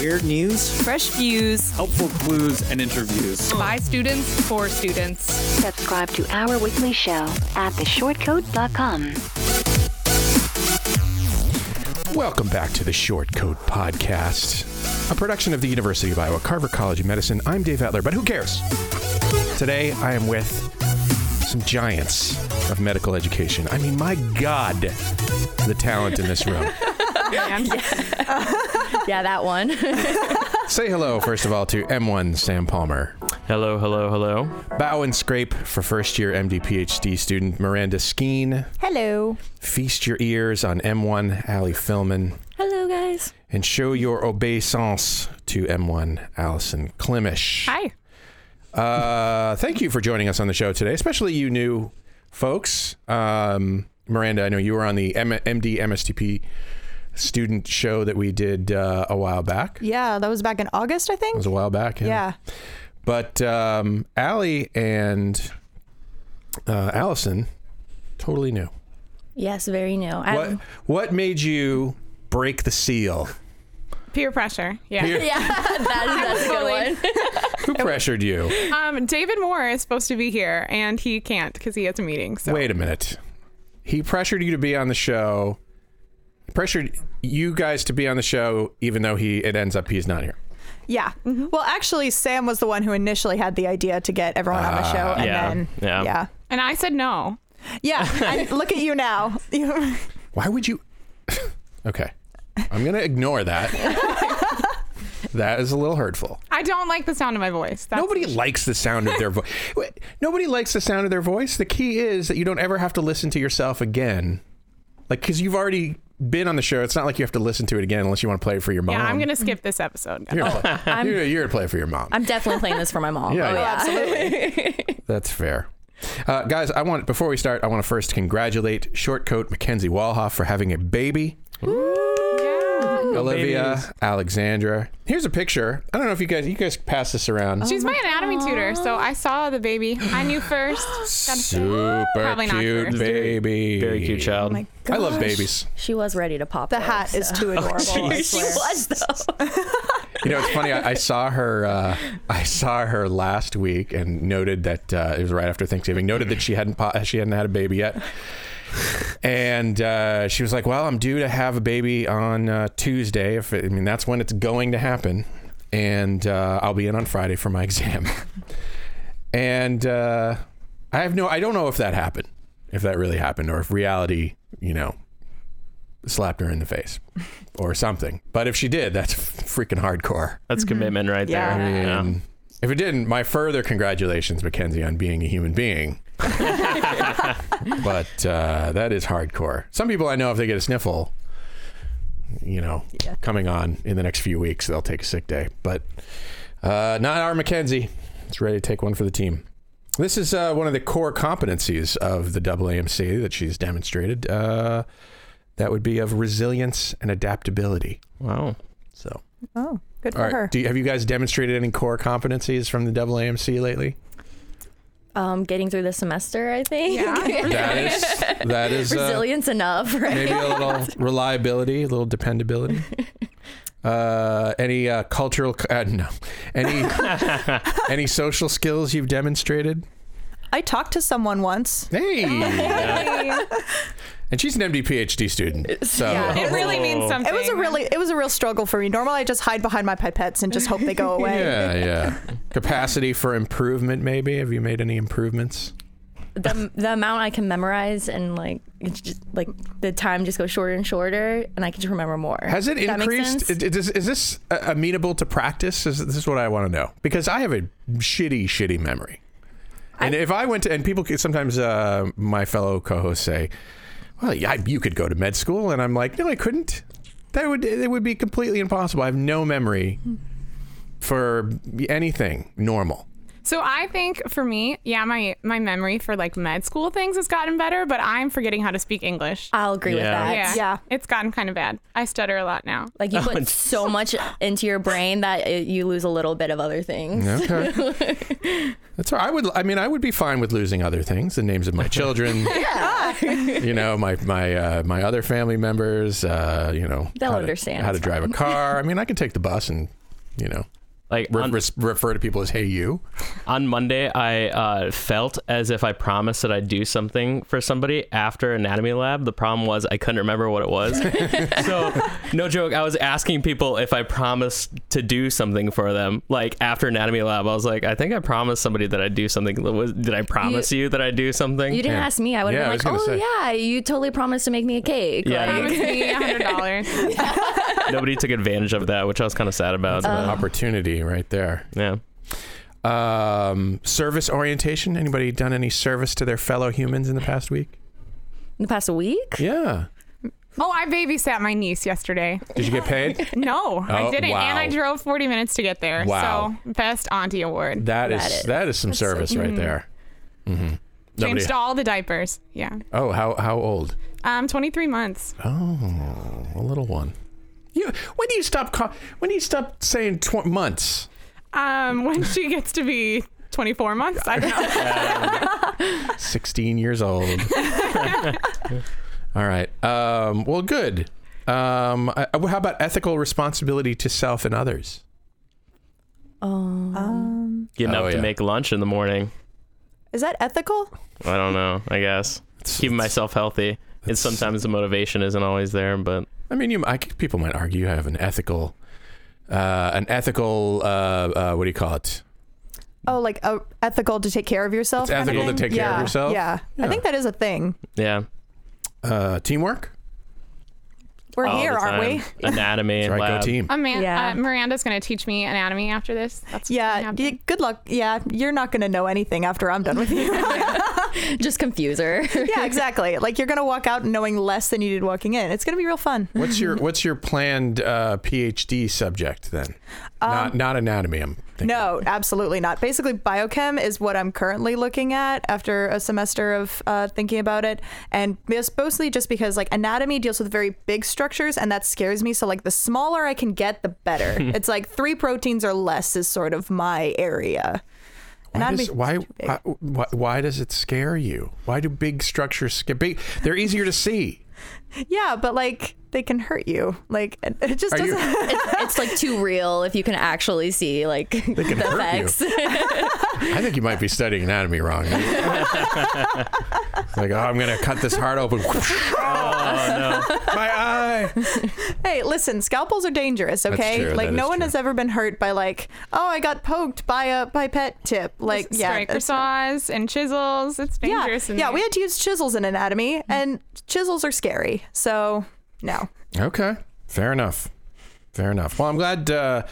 Weird news? Fresh views helpful clues and interviews. by students for students. Subscribe to our weekly show at theshortcode.com. Welcome back to the Shortcode Podcast, a production of the University of Iowa Carver College of Medicine. I'm Dave Etler, but who cares? Today I am with some giants of medical education. I mean, my God, the talent in this room. Yeah, that one. Say hello, first of all, to M1 Sam Palmer. Hello, hello, hello. Bow and Scrape for first year MD PhD student Miranda Skeen. Hello. Feast your ears on M1 Allie Filman. Hello, guys. And show your obeisance to M1 Allison Klimish. Hi. Uh, thank you for joining us on the show today, especially you new folks. Um, Miranda, I know you were on the M- MD MSTP student show that we did uh, a while back. It Yeah, that was back in August, I think. was a while back. Yeah. But um, Allie and uh, Allison, totally new. Yes, very new. I- Um, What What made you break the seal? Peer pressure. Yeah. Here- Yeah, that is, that's a good one. Who pressured you? Um, David Moore is supposed to be here, and he can't because he has a meeting. So Wait a minute. He pressured you to be on the show. Pressured you guys to be on the show, even though he it ends up he's not here. Yeah. mm-hmm. Well, actually, Sam was the one who initially had the idea to get everyone on the Ah. show. And Uh, yeah, then, yeah. Yeah. and I said no. Yeah. and look at you now. You- Why would you? okay, I'm gonna ignore that. that is a little hurtful. I don't like the sound of my voice. That's Nobody likes the sound of their voice. Nobody likes the sound of their voice. The key is that you don't ever have to listen to yourself again. Like, because you've already been on the show. It's not like you have to listen to it again unless you want to play it for your mom. Yeah, I'm gonna Oh, skip this episode. You're gonna play, you're, you're gonna play it for your mom. I'm definitely playing this for my mom. Yeah, oh, yeah. yeah. That's fair. Uh, guys, I want before we start, I want to first congratulate Shortcoat Mackenzie Walhoff for having a baby. Yeah. Olivia Alexandra. Here's a picture. I don't know if you guys you guys pass this around. She's my anatomy tutor, so I saw the baby. I knew first. Gotta say, Super Probably not cute first. baby. Very cute child. I love babies. She was ready to pop. the hat is too adorable. I She swear. was though. You know, it's funny. I, I saw her. Uh, I saw her last week and noted that uh, it was right after Thanksgiving. Noted that she hadn't po- she hadn't had a baby yet, and uh, she was like, "Well, I'm due to have a baby on uh, Tuesday. If it, I mean, that's when it's going to happen, and uh, I'll be in on Friday for my exam." and uh, I have no. I don't know if that happened, if that really happened, or if reality, you know, slapped her in the face or something. But if she did, that's freaking hardcore. That's commitment right Yeah. there. Yeah. And if it didn't, my further congratulations, Mackenzie, on being a human being. but uh, that is hardcore. Some people I know, if they get a sniffle, you know, coming on in the next few weeks, they'll take a sick day. But uh, not our Mackenzie. It's ready to take one for the team. This is uh, one of the core competencies of the AAMC that she's demonstrated. Uh, that would be of resilience and adaptability. Wow. So. Oh, good for All right. her. Do you, have you guys demonstrated any core competencies from the AAMC lately? Um, getting through the semester, I think. That is that is uh, Resilience enough, right? maybe a little reliability, a little dependability. Uh, any uh, cultural c- uh, no, any any social skills you've demonstrated? I talked to someone once. Hey, and she's an MD PhD student, so It really Oh. means something. It was a really it was a real struggle for me. Normally I just hide behind my pipettes and just hope they go away. yeah, yeah. Capacity for improvement, maybe. Have you made any improvements? the, the amount I can memorize and like it's just like the time just goes shorter and shorter, and I can just remember more. Has it Does that make increased? sense? Is, is, is this uh, amenable to practice? Is this is what I want to know because I have a shitty, shitty memory. And if I went to, and people could- sometimes uh, my fellow co-hosts say, "Well, yeah, I- you could go to med school," and I'm like, "No, I couldn't. That would it would be Hmm. completely impossible. I have no memory for anything normal." So I think for me, yeah, my my memory for like med school things has gotten better, but I'm forgetting how to speak English. I'll agree with Yeah. that. yeah. yeah. It's gotten kind of bad. I stutter a lot now. Like Oh, you put so much into your brain that it, you lose a little bit of other things. Okay. That's all right. I would. I mean, I would be fine with losing other things, the names of my children. You know, my my uh, my other family members. Uh, you know, They'll how to- understand. how to It's drive a car. I mean, I can take the bus and you know Like re- on, res- refer to people as "Hey, you." on Monday, I uh, felt as if I promised that I'd do something for somebody after anatomy lab. The problem was I couldn't remember what it was. so, no joke, I was asking people if I promised to do something for them. Like after anatomy lab, I was like, I think I promised somebody that I'd do something. Was- Did I promise you, that I'd do something? You didn't Yeah. ask me. I would Yeah, I have was been gonna like, oh say. yeah, you totally promised to make me a cake. Yeah, Like, Promise you- me hundred dollars. Nobody took advantage of that, which I was kind of sad about. Uh. An opportunity right there. but, yeah. Um, service orientation. Anybody done any service to their fellow humans in the past week? in the past week. Yeah. Oh, I babysat my niece yesterday. Did you get paid? No, Oh, I didn't. And I wow. drove 40 minutes to get there. Wow. So, best auntie award. That is That is- that is some so- service right there. Mm-hmm. Changed all the diapers. Yeah. oh, how how old? Um, 23 months. Oh, a little one. You when do you stop? Call, when do you stop saying tw- months? Um, when she gets to be 24 months, I don't know. Sixteen years old. All right. Um, well, good. Um, I, I- how about ethical responsibility to self and others? Oh. Um. Getting Oh, up yeah. to make lunch in the morning. Is that ethical? I don't know. I guess keeping myself healthy. And sometimes the motivation isn't always there, but I mean, you, I, people might argue you have an ethical, uh, an ethical. Uh, uh, what do you call it? Oh, like uh, ethical to take care of It's yourself. kind of ethical to thing? take care of Yeah, yourself? Yeah. Yeah. I think that is a thing. yeah. Uh, teamwork. We're all here, the aren't we? time. Anatomy That's right. and lab. Go team. Aman- Yeah. uh, Miranda's going to teach me anatomy after this. That's Yeah. gonna yeah. happen. Good luck. Yeah. You're not going to know anything after I'm done with you. Just confuse her. yeah, exactly. Like you're going to walk out knowing less than you did walking in. It's going to be real fun. What's your What's your planned uh, PhD subject then? not not anatomy. I'm thinking. Um, No, absolutely not. Basically, biochem is what I'm currently looking at after a semester of uh, thinking about it, and it's mostly just because like anatomy deals with very big structures, and that scares me. So like the smaller I can get, the better. it's like three proteins or less is sort of my area. Why Anatomy does, why, too big. why, why why does it scare you? Why do big structures scare? Big, they're easier to see. Yeah, but like they can hurt you. Like it, it just Are doesn't. you? It's- it's like too real if you can actually see like They can the hurt effects. you. I think you might be studying anatomy wrong. It's like, oh, I'm gonna cut this heart open. Oh My eye. Hey, listen, scalpels are dangerous, okay? true, Like that no is one true. has ever been hurt by like, oh, I got poked by a pipette tip. Like yeah, Striker that's- saws and chisels. It's yeah, dangerous. in yeah, there. we had to use chisels in anatomy, and chisels are scary. So no, Okay, fair enough. Fair enough. Well, I'm glad. Uh,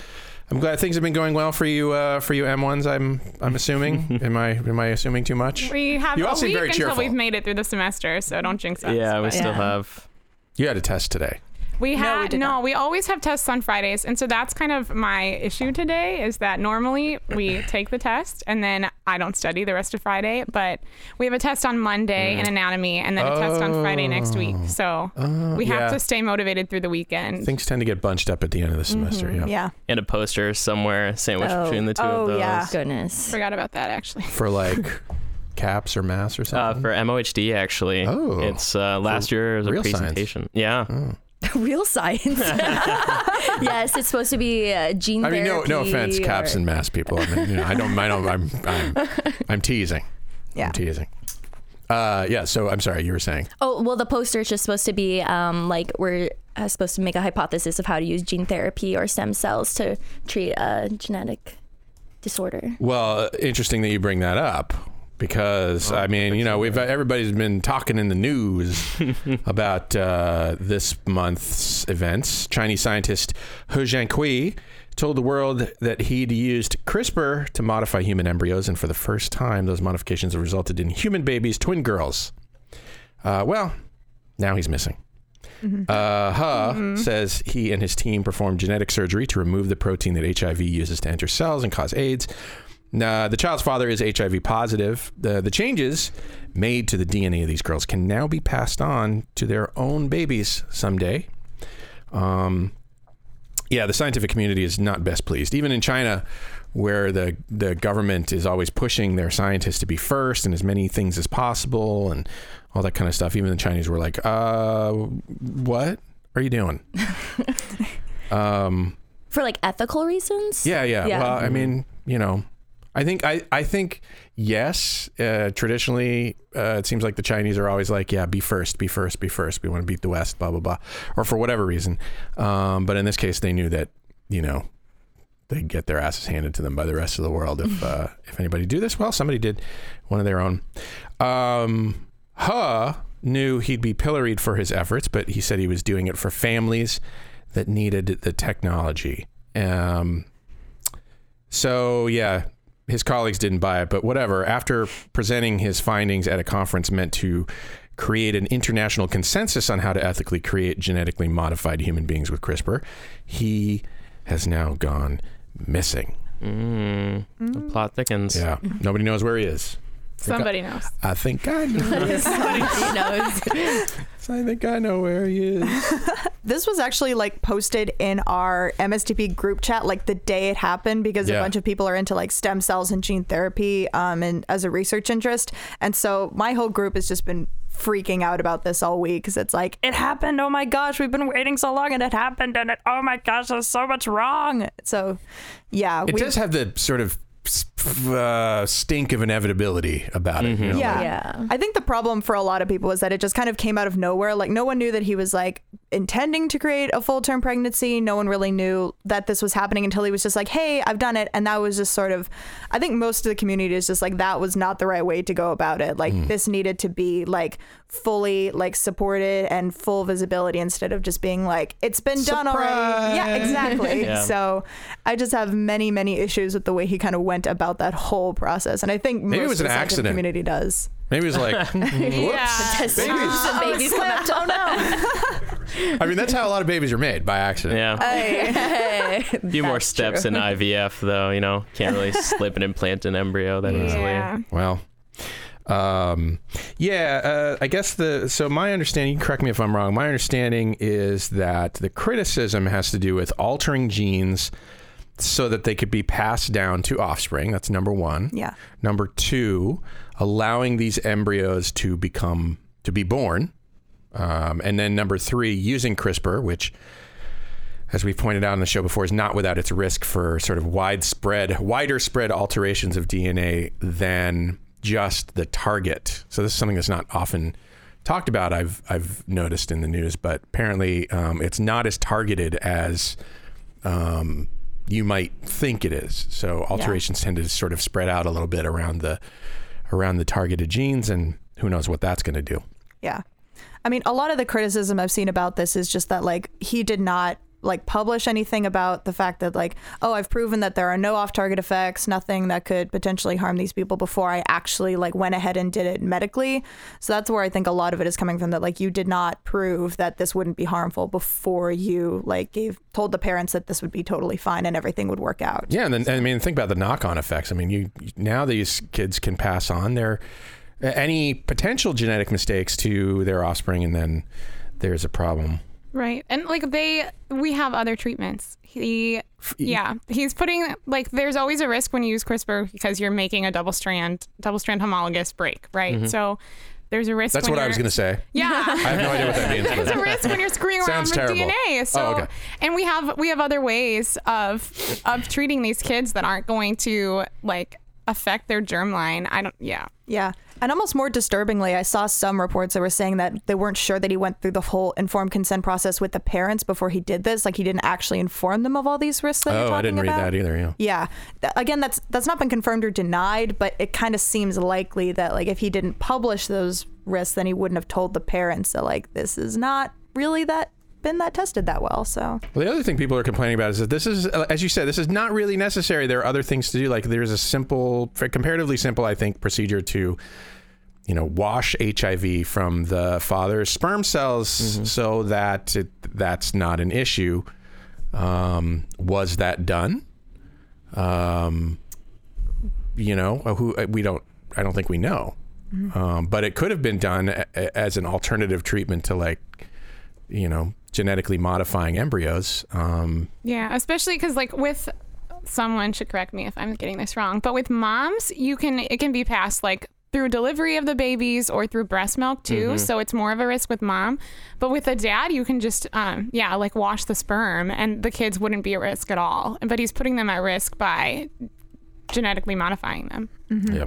I'm glad things have been going well for you. Uh, for you M1s, I'm. I'm assuming. am I? Am I assuming too much? We have You all a seem week very until cheerful. we've made it through the semester, so don't jinx no. us. yeah, we but- still Yeah. have. You had a test today. We we had did no, not. we always have tests on Fridays, and so that's kind of my issue today. Is that normally we take the test and then I don't study the rest of Friday, but we have a test on Monday in anatomy and then a test on Friday next week. So we have yeah. to stay motivated through the weekend. Things tend to get bunched up at the end of the semester. Yeah. Mm-hmm. yeah, And a poster somewhere sandwiched Oh. between the two Oh, of those. yeah. Goodness. Forgot about that actually. For like caps or mass or Uh, something. for MOHD, actually, Oh. it's uh, last year it was a real science. Oh. presentation. Yeah, Real science. yes, it's supposed to be uh, gene I mean, no, no therapy offense, or- caps and mass people. I mean, you know, I don't, I don't, I'm, I'm, I'm teasing. Yeah. I'm teasing. Uh, yeah. So I'm sorry, you were saying. Oh well, the poster is just supposed to be um, like we're uh, supposed to make a hypothesis of how to use gene therapy or stem cells to treat a genetic disorder. Well, interesting that you bring that up because I mean, you know, we've everybody's been talking in the news about uh, this month's events. Chinese scientist He Jiankui told the world that he'd used CRISPR to modify human embryos, and for the first time, those modifications have resulted in human babies, twin girls. Uh, well, now he's missing. Uh, huh says he and his team performed genetic surgery to remove the protein that HIV uses to enter cells and cause AIDS. Nah, the child's father is HIV positive. The, the changes made to the DNA of these girls can now be passed on to their own babies someday. Um, yeah, the scientific community is not best pleased. Even in China, where the the government is always pushing their scientists to be first and as many things as possible and all that kind of stuff, even the Chinese were like, "Uh, what are you doing?" um, for like ethical reasons. yeah, yeah, Yeah. Well, I mean, you know, I think I I think yes. Uh, traditionally, uh, it seems like the Chinese are always like, yeah, be first, be first, be first. We want to beat the West, blah blah blah, or for whatever reason. Um, but in this case, they knew that you know they get their asses handed to them by the rest of the world if uh, if anybody do this. Well, somebody did one of their own. Um, huh knew he'd be pilloried for his efforts, but he said he was doing it for families that needed the technology. Um, so yeah, his colleagues didn't buy it, but whatever. After presenting his findings at a conference meant to create an international consensus on how to ethically create genetically modified human beings with CRISPR, he has now gone missing. Mm, The plot thickens. Yeah, nobody knows where he is. Somebody knows. I think I know. you know, it's- I think I know where he is. This was actually like posted in our MSTP group chat like the day it happened because Yeah. a bunch of people are into like stem cells and gene therapy um, and as a research interest. And so my whole group has just been freaking out about this all week because it's like it happened. Oh my gosh, we've been waiting so long and it happened and it oh my gosh, there's so much wrong. So yeah, It does have the sort of s- f- uh, stink of inevitability about it. you know, Mm-hmm. Yeah. like- Yeah. I think the problem for a lot of people was that it just kind of came out of nowhere. Like no one knew that he was like intending to create a full term pregnancy. No one really knew that this was happening until he was just like, "Hey, I've done it." And that was just sort of I think most of the community is just like that was not the right way to go about it. Like this needed to be like fully like supported and full visibility instead of just being like it's been done already. Yeah, exactly. Yeah. So I just have many many issues with the way he kind of went about that whole process. And I think Maybe it most was of an the scientific accident. community does. Maybe it's like, Yeah. as soon as the babies come up to- I mean, that's how a lot of babies are made by accident. Yeah. Uh, a few more That's steps true. in IVF, though. You know, can't really slip and implant an embryo that Yeah. Well, um, yeah, uh, I guess the so my understanding. you can Correct me if I'm wrong. My understanding is that the criticism has to do with altering genes so that they could be passed down to offspring. That's number one. Yeah. Number two, allowing these embryos to become to be born, um, and then number three, using CRISPR, which as we've pointed out on the show before, is not without its risk for sort of widespread, wider spread alterations of DNA than just the target. So this is something that's not often talked about. I've I've noticed in the news, but apparently um, it's not as targeted as um, you might think it is. So alterations tend to sort of spread out a little bit around the around the targeted genes, and who knows what that's going to do. Yeah. I mean, a lot of the criticism I've seen about this is just that, like, he did not, like, publish anything about the fact that, like, oh, I've proven that there are no off target effects, nothing that could potentially harm these people before I actually, like, went ahead and did it medically. So that's where I think a lot of it is coming from that, like, you did not prove that this wouldn't be harmful before you, like, gave, told the parents that this would be totally fine and everything would work out. Yeah, and then I mean, think about the knock-on effects. I mean, you now these kids can pass on their any potential genetic mistakes to their offspring, and then there's a problem. Right. And like they we have other treatments. He yeah, he's putting like there's always a risk when you use CRISPR because you're making a double strand double strand homologous break, right? So there's a risk Mm-hmm. That's when what I was you're- going to say. I Yeah. have no idea what that means. It's a risk when you're screwing around Sounds with terrible. Oh, DNA. So, okay. and we have we have other ways of of treating these kids that aren't going to like affect their germline. I don't. Yeah. Yeah. And almost more disturbingly, I saw some reports that were saying that they weren't sure that he went through the whole informed consent process with the parents before he did this. Like he didn't actually inform them of all these risks that you're Oh, talking I didn't read about. that either. Yeah. Yeah. Th- Again, that's that's not been confirmed or denied, but it kind of seems likely that like if he didn't publish those risks, then he wouldn't have told the parents that like this is not really that been that tested that well. So Well, the other thing people are complaining about is that this is, uh, as you said, this is not really necessary. There are other things to do. Like there's a simple, comparatively simple, I think, procedure to, you know, wash HIV from the father's sperm cells so that it, that's not an issue. Um, was that done? Um, you know, who we don't, I don't think we know. Um, but it could have been done a- a- as an alternative treatment to like, you know, genetically modifying embryos. Um, Yeah, especially because like with someone should correct me if I'm getting this wrong, but with moms, you can it can be passed like through delivery of the babies or through breast milk too. So it's more of a risk with mom, but with the dad, you can just um, yeah like wash the sperm and the kids wouldn't be at risk at all. But he's putting them at risk by genetically modifying them. Mm-hmm. Yeah.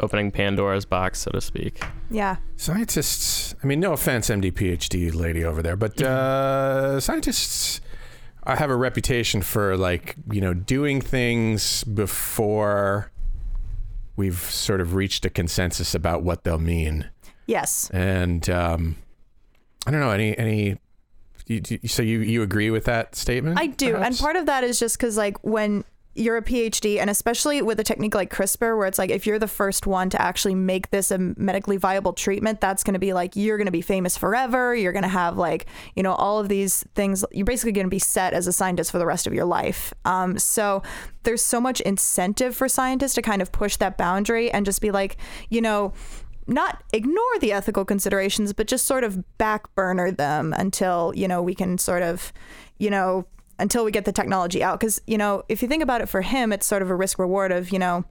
Opening Pandora's box, so to speak. Yeah. Scientists, I mean, no offense, MD, PhD lady over there, but uh, scientists I have a reputation for like, you know, doing things before we've sort of reached a consensus about what they'll mean. Yes. And um, I don't know, any, any, you, you- so you, you agree with that statement? I do. And perhaps? part of that is just because, like, when you're a PhD, and especially with a technique like CRISPR, where it's like if you're the first one to actually make this a medically viable treatment, that's going to be like you're going to be famous forever. You're going to have like you know all of these things. You're basically going to be set as a scientist for the rest of your life. Um, so there's so much incentive for scientists to kind of push that boundary and just be like, you know. Not ignore the ethical considerations, but just sort of back burner them until, you know, we can sort of, you know, until we get the technology out. Because, you know, if you think about it for him, it's sort of a risk reward of, you know,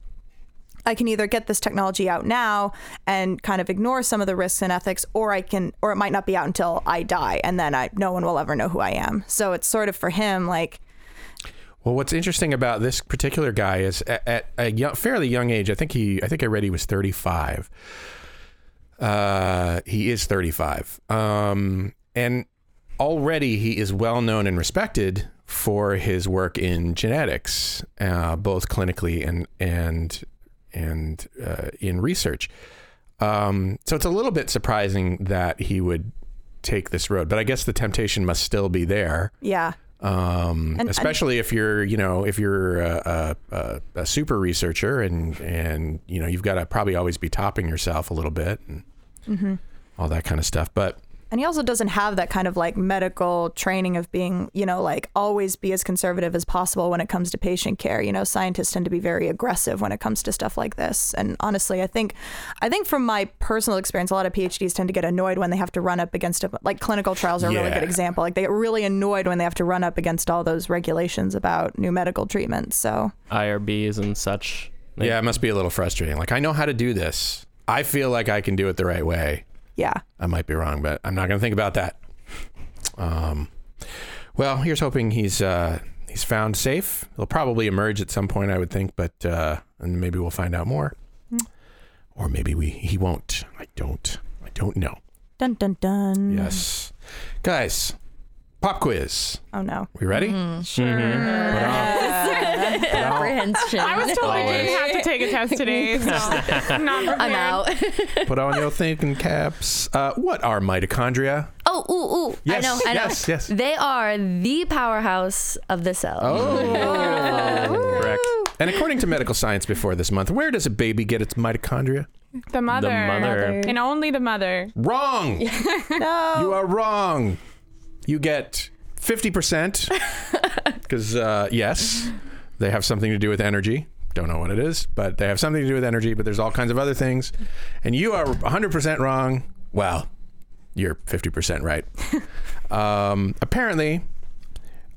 I can either get this technology out now and kind of ignore some of the risks and ethics, or I can, or it might not be out until I die, and then I, no one will ever know who I am. So it's sort of for him, like, Well, what's interesting about this particular guy is at, at a young, fairly young age. I think he, I think I read he was 35. Uh, he is 35, um, and already he is well known and respected for his work in genetics, uh, both clinically and and and uh, in research. Um, so it's a little bit surprising that he would take this road, but I guess the temptation must still be there yeah, um, and- especially if you're you know if you're a, a, a, a super researcher and and you know you've got to probably always be topping yourself a little bit and Mm-hmm. all that kind of stuff but And he also doesn't have that kind of like medical training of being, you know, like always be as conservative as possible when it comes to patient care. You know, scientists tend to be very aggressive when it comes to stuff like this. And honestly, I think, I think from my personal experience, a lot of PhDs tend to get annoyed when they have to run up against a, like clinical trials are a really Yeah. good example. Like they get really annoyed when they have to run up against all those regulations about new medical treatments. So IRBs and such. Like, yeah it must be a little frustrating like i know how to do this i feel like i can do it the right way yeah, i might be wrong but i'm not going to think about that um, well here's hoping he's uh, he's found safe he'll probably emerge at some point i would think but uh, and maybe we'll find out more Hmm. or maybe we he won't i don't i don't know dun dun dun. Hmm. Yes. Guys, pop quiz. Oh no. We ready? Hmm. Sure. Mm-hmm. Put on- put on- Apprehension. I was told I didn't have to take a test today, so I'm not prepared. I'm out. put on your thinking caps. Uh, what are mitochondria? Oh, ooh, ooh. Yes, I know, I know. yes, yes. They are the powerhouse of the cell. Oh. Correct. and according to medical science before this month, where does a baby get its mitochondria? The mother. The mother. And only the mother. Wrong. You are wrong. You get 50% because, uh, yes, they have something to do with energy. Don't know what it is, but they have something to do with energy, but there's all kinds of other things. And you are 100% wrong. Well, you're 50% right. um, apparently,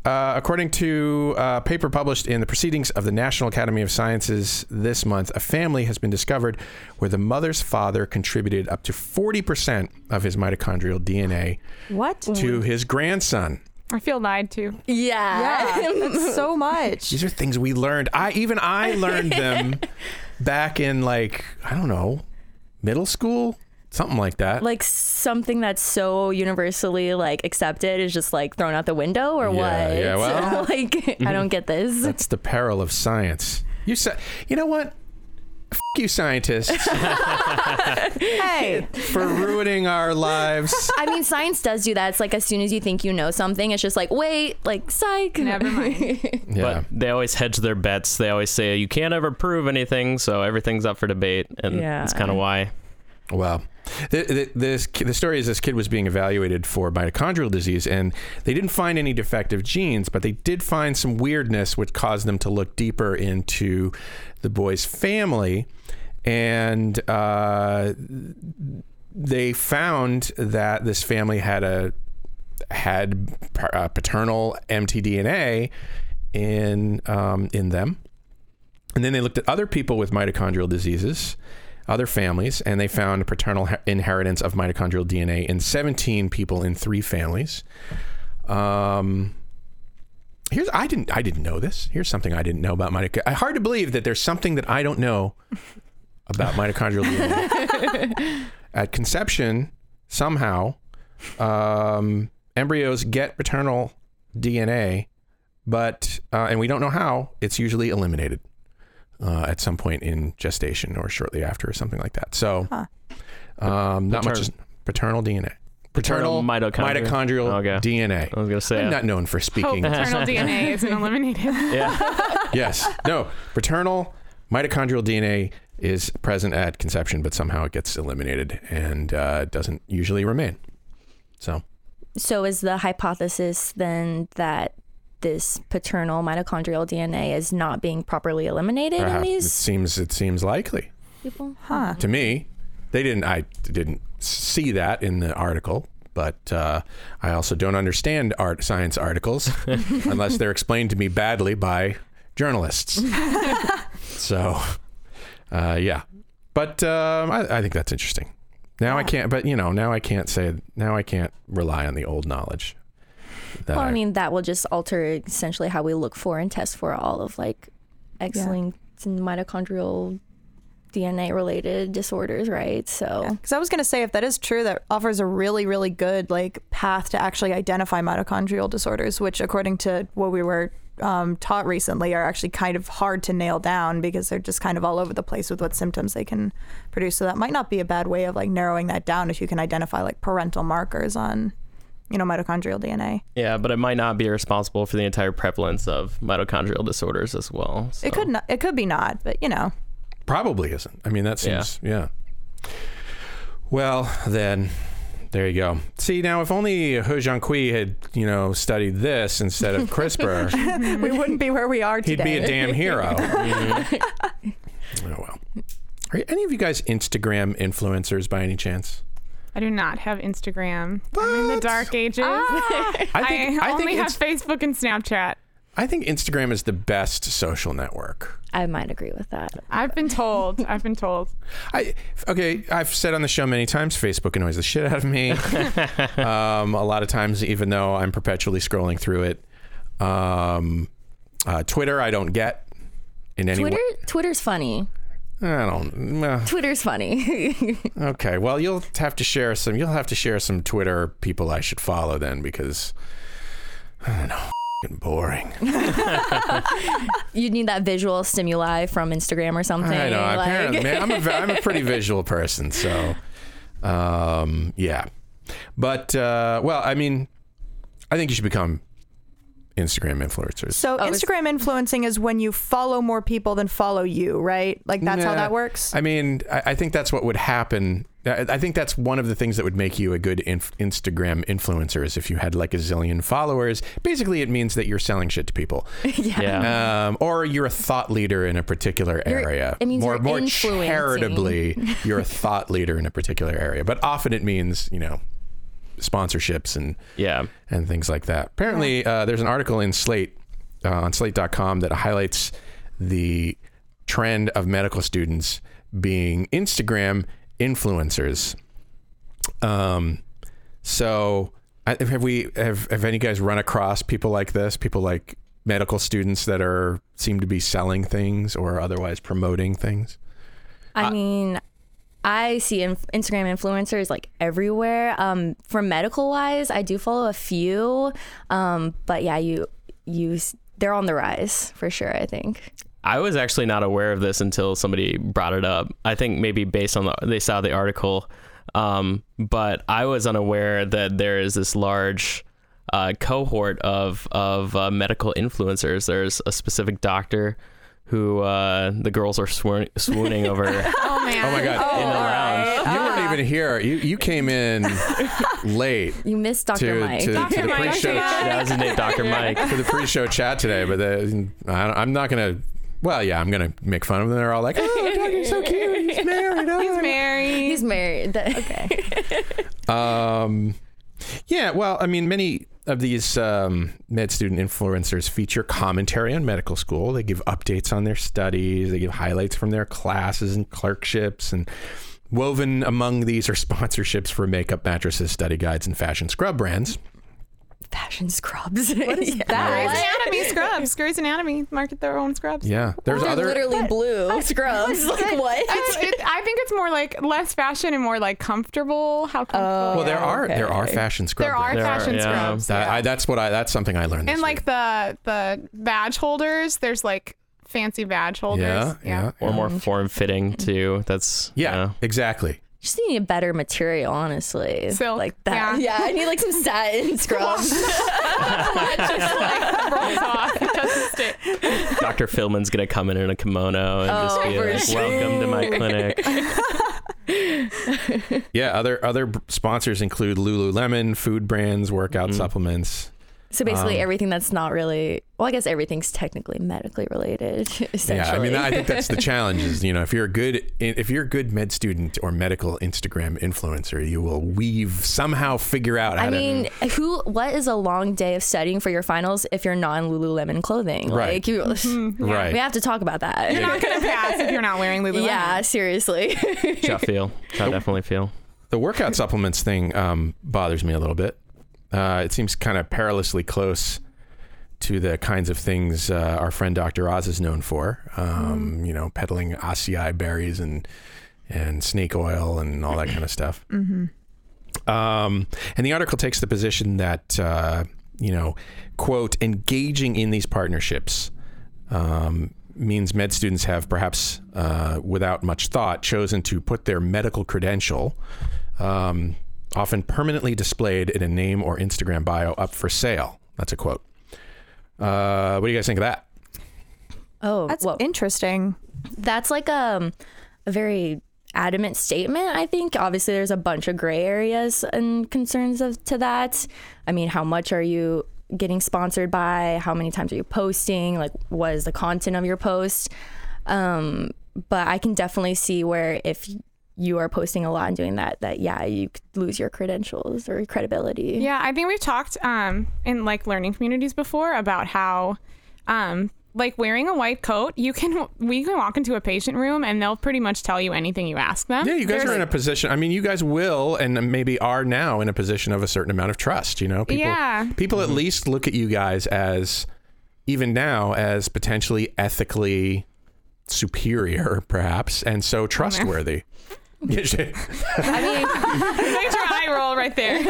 uh, according to a paper published in the Proceedings of the National Academy of Sciences this month, a family has been discovered where the mother's father contributed up to 40% of his mitochondrial DNA What? to his grandson. I feel lied to. Yeah. Yeah, that's so much. These are things we learned. I even I learned them back in like, I don't know, middle school, something like that. Like something that's so universally like accepted is just like thrown out the window or Yeah, what? yeah, well- like I don't get this. That's the peril of science. You said, you know what? F- you scientists Hey, for ruining our lives. I mean, science does do that. It's like as soon as you think you know something, it's just like wait, like psych. Never mind. Yeah. But they always hedge their bets. They always say you can't ever prove anything, so everything's up for debate, and Yeah. that's kind of why. Well, th- th- this ki- the story is this kid was being evaluated for mitochondrial disease, and they didn't find any defective genes, but they did find some weirdness, which caused them to look deeper into the boy's family, and uh, they found that this family had a had par- uh, paternal mtDNA in um, in them. And then they looked at other people with mitochondrial diseases, other families, and they found paternal he- inheritance of mitochondrial DNA in 17 people in three families. Um, here's I didn't I didn't know this. Here's something I didn't know about mitochondria. Hard to believe that there's something that I don't know about mitochondrial DNA. At conception, somehow, um, embryos get paternal DNA, but uh, and we don't know how. It's usually eliminated uh, at some point in gestation or shortly after or something like that. So, um, not much Patern- is paternal DNA. Paternal mitochondria. mitochondrial Oh, okay. DNA. I was gonna say, I'm uh, not known for Hope speaking. paternal DNA isn't eliminated. yes, no, paternal mitochondrial DNA is present at conception, but somehow it gets eliminated and uh, doesn't usually remain. So. So is the hypothesis then that this paternal mitochondrial DNA is not being properly eliminated in Perhaps. it these seems it seems likely people? to me. They didn't. I didn't see that in the article, but uh, I also don't understand art science articles unless they're explained to me badly by journalists. so, uh, yeah. But um, I, I think that's interesting. Now I can't. But you know, now I can't say. Now I can't rely on the old knowledge. That Well, I mean, that will just alter essentially how we look for and test for all of like X linked and mitochondrial DNA related disorders, right? So, Because I was going to say, if that is true, that offers a really, really good like path to actually identify mitochondrial disorders, which, according to what we were um, taught recently, are actually kind of hard to nail down because they're just kind of all over the place with what symptoms they can produce. So that might not be a bad way of like narrowing that down if you can identify like parental markers on, you know, mitochondrial DNA. Yeah, but it might not be responsible for the entire prevalence of mitochondrial disorders as well. It could not. It could be not, but you know. Probably isn't. I mean, that Yeah. seems, yeah. Well, then, there you go. See, now, if only He Jiankui had, you know, studied this instead of CRISPR, we wouldn't be where we are he'd today. be a damn hero. oh, well. Are any of you guys Instagram influencers by any chance? I do not have Instagram. I'm in the dark ages. Ah. I, only have Inst- Facebook and Snapchat. I think Instagram is the best social network. I might agree with that. I've been told. I've been told. I okay. I've said on the show many times, Facebook annoys the shit out of me. um, a lot of times, even though I'm perpetually scrolling through it. Um, uh, Twitter, I don't get in any Twitter, way. Twitter's funny. I don't. uh, Twitter's funny. okay, well, you'll have to share some. You'll have to share some Twitter people I should follow then, because I don't know. Boring. you need that visual stimuli from Instagram or something. I know. like- Apparently, man, I'm a, ve- I'm a pretty visual person, so um, yeah. But uh, well, I mean, I think you should become Instagram influencers. So it's- Instagram influencing is when you follow more people than follow you, right? Like that's how Nah. that works. I mean, I, I think that's what would happen. I, I think that's one of the things that would make you a good inf- Instagram influencer is if you had like a zillion followers. Basically, it means that you're selling shit to people, Yeah. um, or you're a thought leader in a particular area. it means more you're more influencing. charitably, you're a thought leader in a particular area. But often it means you know sponsorships and yeah. and things like that. Apparently, uh, there's an article in Slate uh, on Slate.com that highlights the trend of medical students being Instagram influencers. Um, so I, have we have have any guys run across people like this? People like medical students that are seem to be selling things or otherwise promoting things. I mean, I see inf- Instagram influencers like everywhere. Um, for medical wise, I do follow a few, um, but yeah, you you s- they're on the rise for sure. I think. I was actually not aware of this until somebody brought it up. I think maybe based on the they saw the article, um, but I was unaware that there is this large uh, cohort of of uh, medical influencers. There's a specific doctor who uh, the girls are swoon- swooning over in the Oh man. Oh my god. lounge. You weren't even here. You you came in late You missed Dr. to, Mike. to, to Dr. the Mike. pre-show Yeah. That was the name, Dr. Mike. to the pre-show chat today, but the, I, am not gonna. Well, yeah, I'm gonna make fun of them. They're all like, "Oh, Dougie's so cute. He's married." Oh. He's married. He's married. okay. Um, yeah. Well, I mean, many of these um, med student influencers feature commentary on medical school. They give updates on their studies. They give highlights from their classes and clerkships and. Woven among these are sponsorships for makeup mattresses, study guides, and fashion scrub brands. Fashion scrubs. What is Grey's that? Anatomy scrubs. Grey's Anatomy market their own scrubs. Yeah, there's They're other. literally blue scrubs. Like what? It's, it, I think it's more like less fashion and more like comfortable. How comfortable? well, there are there are fashion scrub there are brands. There are, fashion yeah. scrubs. That, I, that's what I. That's something I learned. and this like week. the the badge holders, there's like fancy badge holders. yeah, yeah, Or more form fitting too. That's yeah, you know. exactly. Just need a better material, honestly. Silk, like that. yeah. I need like some satin scrubs. Rolls off. It doesn't stick. Dr. Philman's gonna come in in a kimono and just be for like, "Welcome to my clinic." Yeah, other other b- sponsors include Lululemon, food brands, workout supplements. so basically, Um, everything that's not really well, I guess everything's technically medically related. Essentially. Yeah, I mean, I think that's the challenge. Is you know, if you're a good if you're a good med student or medical Instagram influencer, you will weave somehow figure out how I mean, to. who? What is a long day of studying for your finals if you're not in Lululemon clothing? Right. Like you, Hmm. Right. we have to talk about that. Mm-hmm. You're not gonna pass if you're not wearing Lululemon. yeah, seriously. I feel. I definitely feel. The workout supplements thing um, bothers me a little bit. Uh, it seems kind of perilously close to the kinds of things uh, our friend Dr. Oz is known for. Um, You know, peddling acai berries and and snake oil and all that kind of stuff. Um, and the article takes the position that uh, you know, quote, engaging in these partnerships um, means med students have perhaps, uh, without much thought, chosen to put their medical credential, um, often permanently displayed in a name or Instagram bio, up for sale. That's a quote. Uh, what do you guys think of that? oh, That's well, interesting. that's like um, a very adamant statement i think obviously there's a bunch of gray areas and concerns of to that i mean how much are you getting sponsored by how many times are you posting like what is the content of your post um but i can definitely see where if you are posting a lot and doing that that yeah you could lose your credentials or credibility Yeah, I think we've talked um, in like learning communities before about how, um, like wearing a white coat, you can we can walk into a patient room and they'll pretty much tell you anything you ask them. Yeah, you guys There's- are in a position. I mean, you guys will and maybe are now in a position of a certain amount of trust. You know, people Yeah. people at least look at you guys as even now as potentially ethically superior, perhaps, and Oh, so trustworthy. There's your eye roll right there.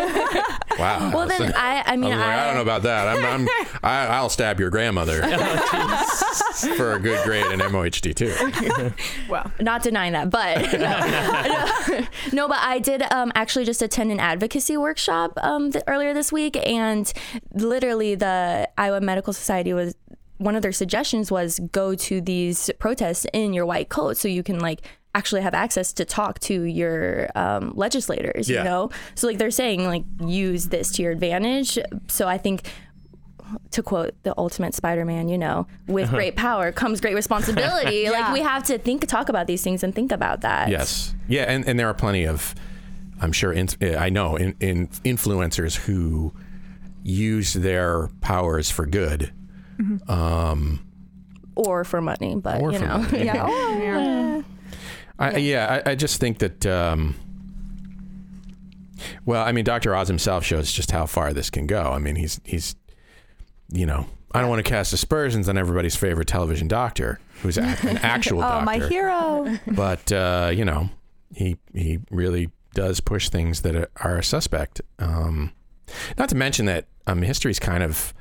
wow. well then i i mean I, was like, I don't know about that. I'm, I'm I, I'll stab your grandmother Oh, for a good grade in MOHD too. not denying that, but no, No, but I did um, actually just attend an advocacy workshop um, th- earlier this week, and literally the Iowa Medical Society was one of their suggestions was go to these protests in your white coat so you can like actually have access to talk to your um, legislators. Yeah. You know, so like they're saying like use this to your advantage. So I think to quote the ultimate spider-man you know with great power comes great responsibility like we have to think talk about these things and think about that Yes. Yeah, and, and there are plenty of, I'm sure, in, eh, I know, in, in influencers who use their powers for good. or for money but Or Uh, you for know money. yeah Oh, I, yeah, I, I just think that. Um, well, I mean, Dr. Oz himself shows just how far this can go. I mean, he's he's, you know, I don't want to cast aspersions on everybody's favorite television doctor, who's a, an actual Oh, doctor. my hero. but uh, you know, he he really does push things that are a suspect. Um, not to mention that um, history's kind of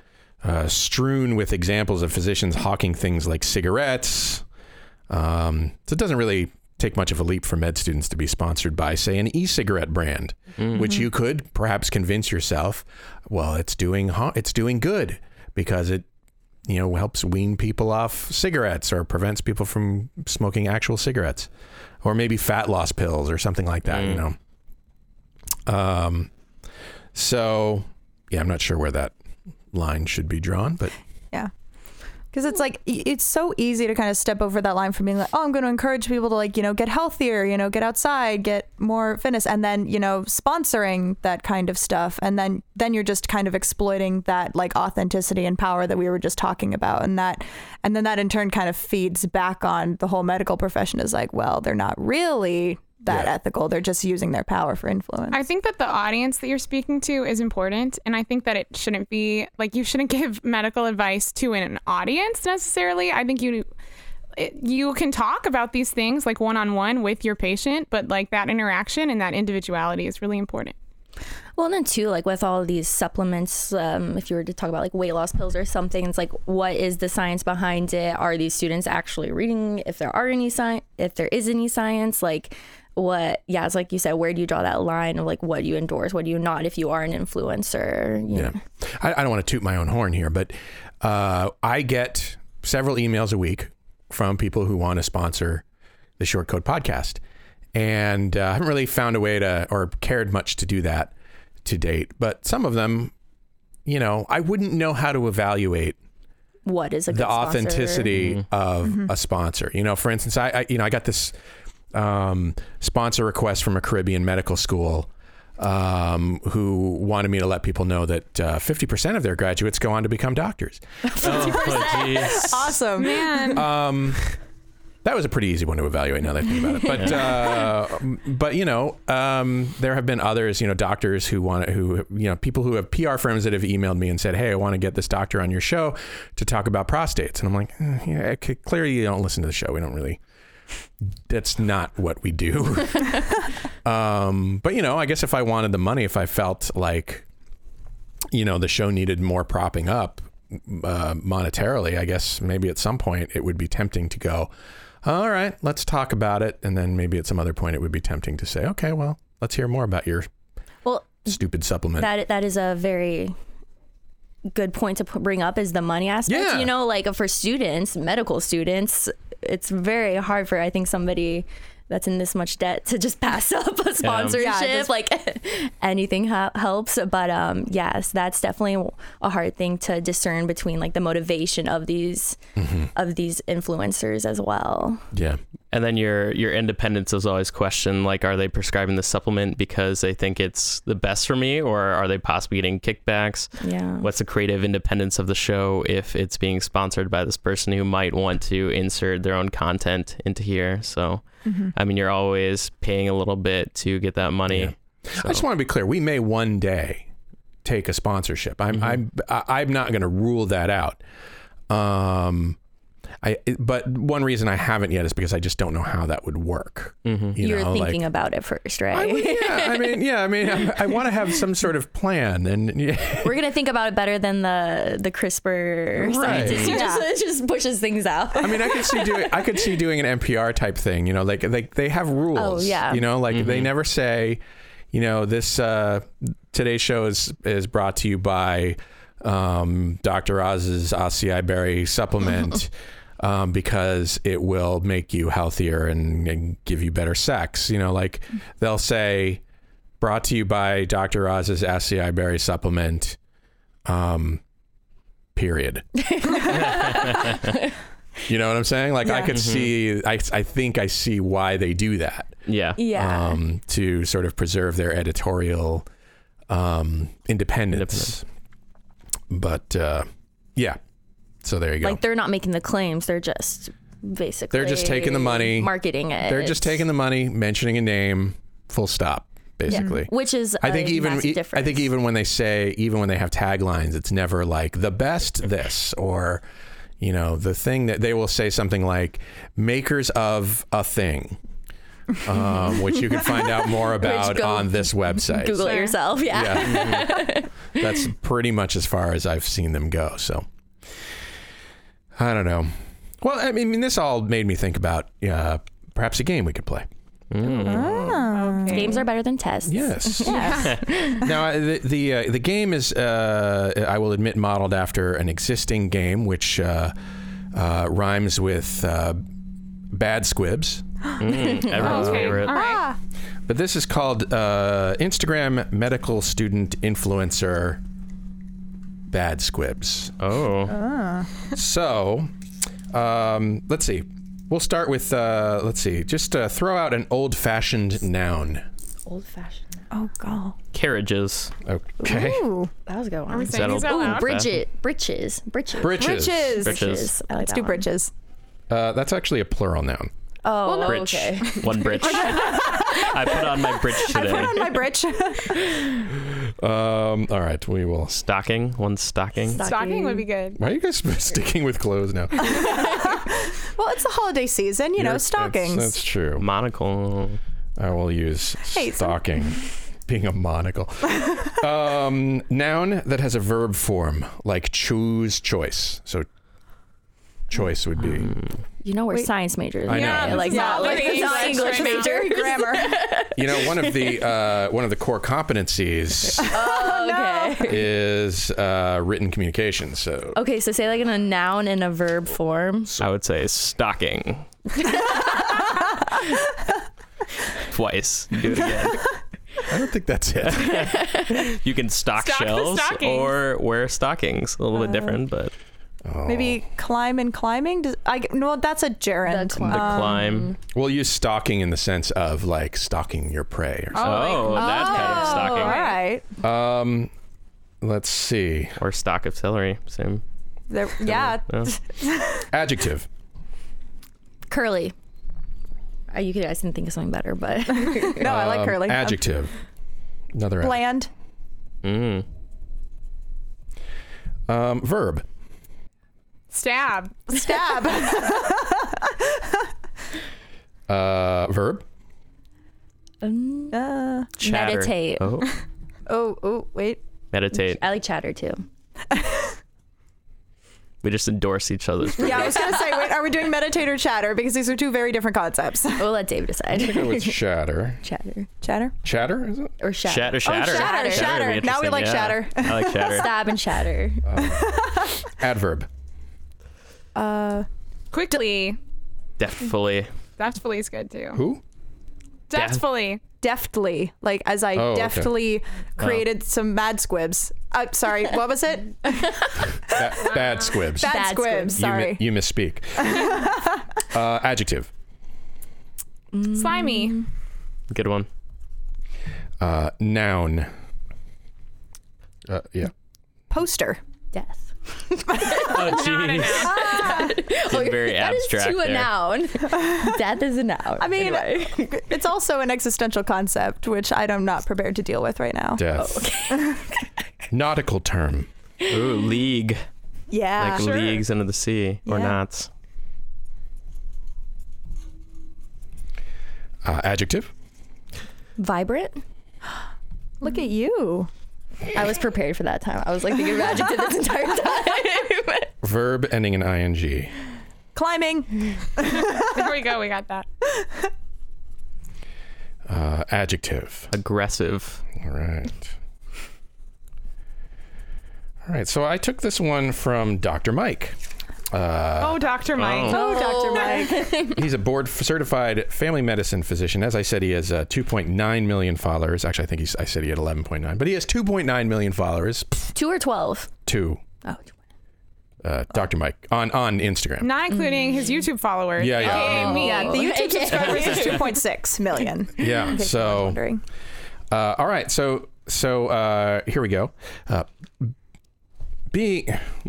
uh, strewn with examples of physicians hawking things like cigarettes. Um, so it doesn't really take much of a leap for med students to be sponsored by, say, an e-cigarette brand, which you could perhaps convince yourself, well, it's doing ha- it's doing good because it you know helps wean people off cigarettes or prevents people from smoking actual cigarettes or maybe fat loss pills or something like that you know um so yeah i'm not sure where that line should be drawn but Yeah. Because it's like, e- it's so easy to kind of step over that line from being like, oh, I'm going to encourage people to like, you know, get healthier, you know, get outside, get more fitness. And then, you know, sponsoring that kind of stuff. And then, then you're just kind of exploiting that like authenticity and power that we were just talking about. And that, and then that in turn kind of feeds back on the whole medical profession is like, well, they're not really that Yeah. ethical. They're just using their power for influence. I think that the audience that you're speaking to is important. And I think that it shouldn't be like you shouldn't give medical advice to an audience necessarily. I think you. It, you can talk about these things like one on one with your patient, but like that interaction and that individuality is really important. Well, and then too, like with all these supplements, um, if you were to talk about like weight loss pills or something, it's like, what is the science behind it? Are these students actually reading? If there are any science, if there is any science, like what? Yeah, it's like you said, where do you draw that line of like what do you endorse, what do you not? If you are an influencer, you Yeah. know. I, I don't want to toot my own horn here, but uh, I get several emails a week from people who want to sponsor the Short Code podcast. And uh, I haven't really found a way to or cared much to do that to date. But some of them, you know, I wouldn't know how to evaluate what is a good the sponsor? Mm-hmm. authenticity of a sponsor. You know, for instance, I, I you know I got this um, sponsor request from a Caribbean medical school um, who wanted me to let people know that uh, fifty percent of their graduates go on to become doctors. Oh, jeez. awesome. Man, Um, that was a pretty easy one to evaluate now that I think about it. But uh, but you know, um, there have been others, you know, doctors who want who you know people who have PR firms that have emailed me and said, "Hey, I want to get this doctor on your show to talk about prostates," and I'm like, eh, "Yeah, okay, clearly you don't listen to the show. We don't really." That's not what we do. um, but you know, I guess if I wanted the money, if I felt like you know the show needed more propping up uh, monetarily i guess maybe at some point it would be tempting to go all right let's talk about it and then maybe at some other point it would be tempting to say okay well let's hear more about your Well, stupid supplement that that is a very good point to p- bring up is the money aspect. Yeah. You know, like uh, for students, medical students, it's very hard for I think somebody that's in this much debt to just pass up a sponsorship. just- like anything ha- helps, but um, yes, that's definitely a hard thing to discern between like the motivation of these of these influencers as well. Mm-hmm. yeah and then your your independence is always questioned like are they prescribing the supplement because they think it's the best for me or are they possibly getting kickbacks Yeah. what's the creative independence of the show if it's being sponsored by this person who might want to insert their own content into here so i mean you're always paying a little bit to get that money Yeah. i just want to be clear we may one day take a sponsorship i'm I'm I- i'm not going to rule that out um I, but one reason I haven't yet is because I just don't know how that would work. Mm-hmm. You are thinking about it first, right? I would- yeah, I mean, yeah, I mean, I, I want to have some sort of plan, and yeah, We're gonna think about it better than the the CRISPR Right. scientist who Yeah. just, just pushes things out. I mean, I could see doing, I could see doing an NPR type thing, you know, like like they have rules, yeah. you know, like they never say, you know, this uh, today's show is is brought to you by um, Dr. Oz's Osei Berry supplement. Um, because it will make you healthier and, and give you better sex. You know, like they'll say, brought to you by Dr. Oz's SCI berry supplement. Um, period. you know what I'm saying? Like I could see, I, I think I see why they do that yeah yeah. um, to sort of preserve their editorial um, independence. But uh, yeah, so there you go. like they're not making the claims; they're just basically They're just taking the money. marketing it. They're just taking the money, mentioning a name, full stop, basically. which is I think even e- difference. I think even when they say even when they have taglines, it's never like the best this or you know the thing that they will say something like makers of a thing, um, which you can find out more about go on this website. Google it yourself. Yeah. Yeah, that's pretty much as far as I've seen them go. So I don't know. Well, I mean, this all made me think about uh, perhaps a game we could play. Mm. Oh, Ah. Okay. Games are better than tests. Yes. Yeah. now I- the the, uh, the game is uh, I will admit modeled after an existing game which uh, uh, rhymes with uh, bad squibs, Mm, Everyone's Oh, Okay. favorite. All right. but this is called uh, Instagram medical student influencer bad squibs. Oh. So, um, let's see. We'll start with uh, let's see. Just uh, throw out an old-fashioned noun. Old fashioned. Oh god. Carriages. Okay. Ooh. That was a good Are we one. saying these Settled. out loud? Bridget. Britches. Britches. Britches. Britches. Britches. I like Let's that do one. britches. Uh, that's actually a plural noun. Oh, Bridge. okay. One bridge. I put on my bridge today. Put on my britch. Um, all right, we will. St- Stocking. One stocking. Stocking would be good. Why are you guys sticking with clothes now? You well, it's the holiday season, you know, stockings. That's, true. Monocle. I will use Hey, some- stocking, being a monocle. um, noun that has a verb form, like choose, choice. So, choice would be. Hmm. You know we're Wait. science majors. I know. Yeah, Like this is not all like very not English right English now. major. Grammar. You know, one of the uh, one of the core competencies Oh, okay. is uh, written communication. So, Okay, so say like in a noun and a verb form. I would say stocking. Twice. Do it again. I don't think that's it. You can stock, Stock the shelves stockings. or wear stockings. A little Uh, bit different, but Maybe climb and climbing. Does, I no, that's a gerund. The climb. Uh, climb. Oh. We'll use stalking in the sense of like stalking your prey. Uh. Or something. Oh, that kind of all stocking. right. Um, let's see. Or stock of celery. Same. There, yeah. Yeah. Adjective. Curly. Uh, you guys can think of something better, but No, I like Um, curly. Um, Adjective. Another ad- Bland. Mm. um, verb. Stab. Stab. Uh, verb. Um, uh, Chatter. Meditate. Oh, oh, oh, wait. meditate. I like chatter too. We just endorse each other's. Yeah, I was gonna say, wait, are we doing meditate or chatter? Because these are two very different concepts. We'll let Dave decide. Go with chatter. chatter chatter. Chatter is it? or shatter. Shatter, shatter. Oh, shatter, Would be shatter. Now we interesting, like yeah. shatter. I like shatter. Stab and shatter. Adverb. Uh, Quickly. Deftly. Deftfully is good too. Who? Deftfully. deftly, like as I Oh, okay. deftly created some mad squibs. Uh, sorry, what was it? Ba- bad squibs. Bad, Bad squibs. squibs. You mi- Sorry. You, misspeak. uh, adjective. Slimy. Good one. Uh, noun. Uh, yeah. Poster. Death. Oh, jeez. Did very that is abstract to a there. noun. Death is a noun. I mean, Anyway. it's also an existential concept, which I'm not prepared to deal with right now. Death. oh, Nautical term. Ooh, league. Yeah. Like leagues under the sea or Yeah. knots. Uh, adjective. vibrant. Look at you. I was prepared for that time. I was like thinking of adjective this entire time. Verb ending in ing. Climbing. There we go. We got that. Uh, adjective. Aggressive. All right. All right. So I took this one from Dr. Mike. oh, Dr. Mike. Oh, Dr. Mike. He's a board certified family medicine physician. As I said, he has uh, 2.9 million followers. Actually, I think he's, I said he had 11.9, but he has 2.9 million followers. Pff, Two or twelve. Two. Oh, Uh, Dr. Mike on, on Instagram. Not including Mm. his YouTube followers. Yeah, yeah. AKA Oh. me. The YouTube subscribers is 2.6 million. Yeah. So, Wondering. uh, all right. So, so uh, here we go. Uh, being,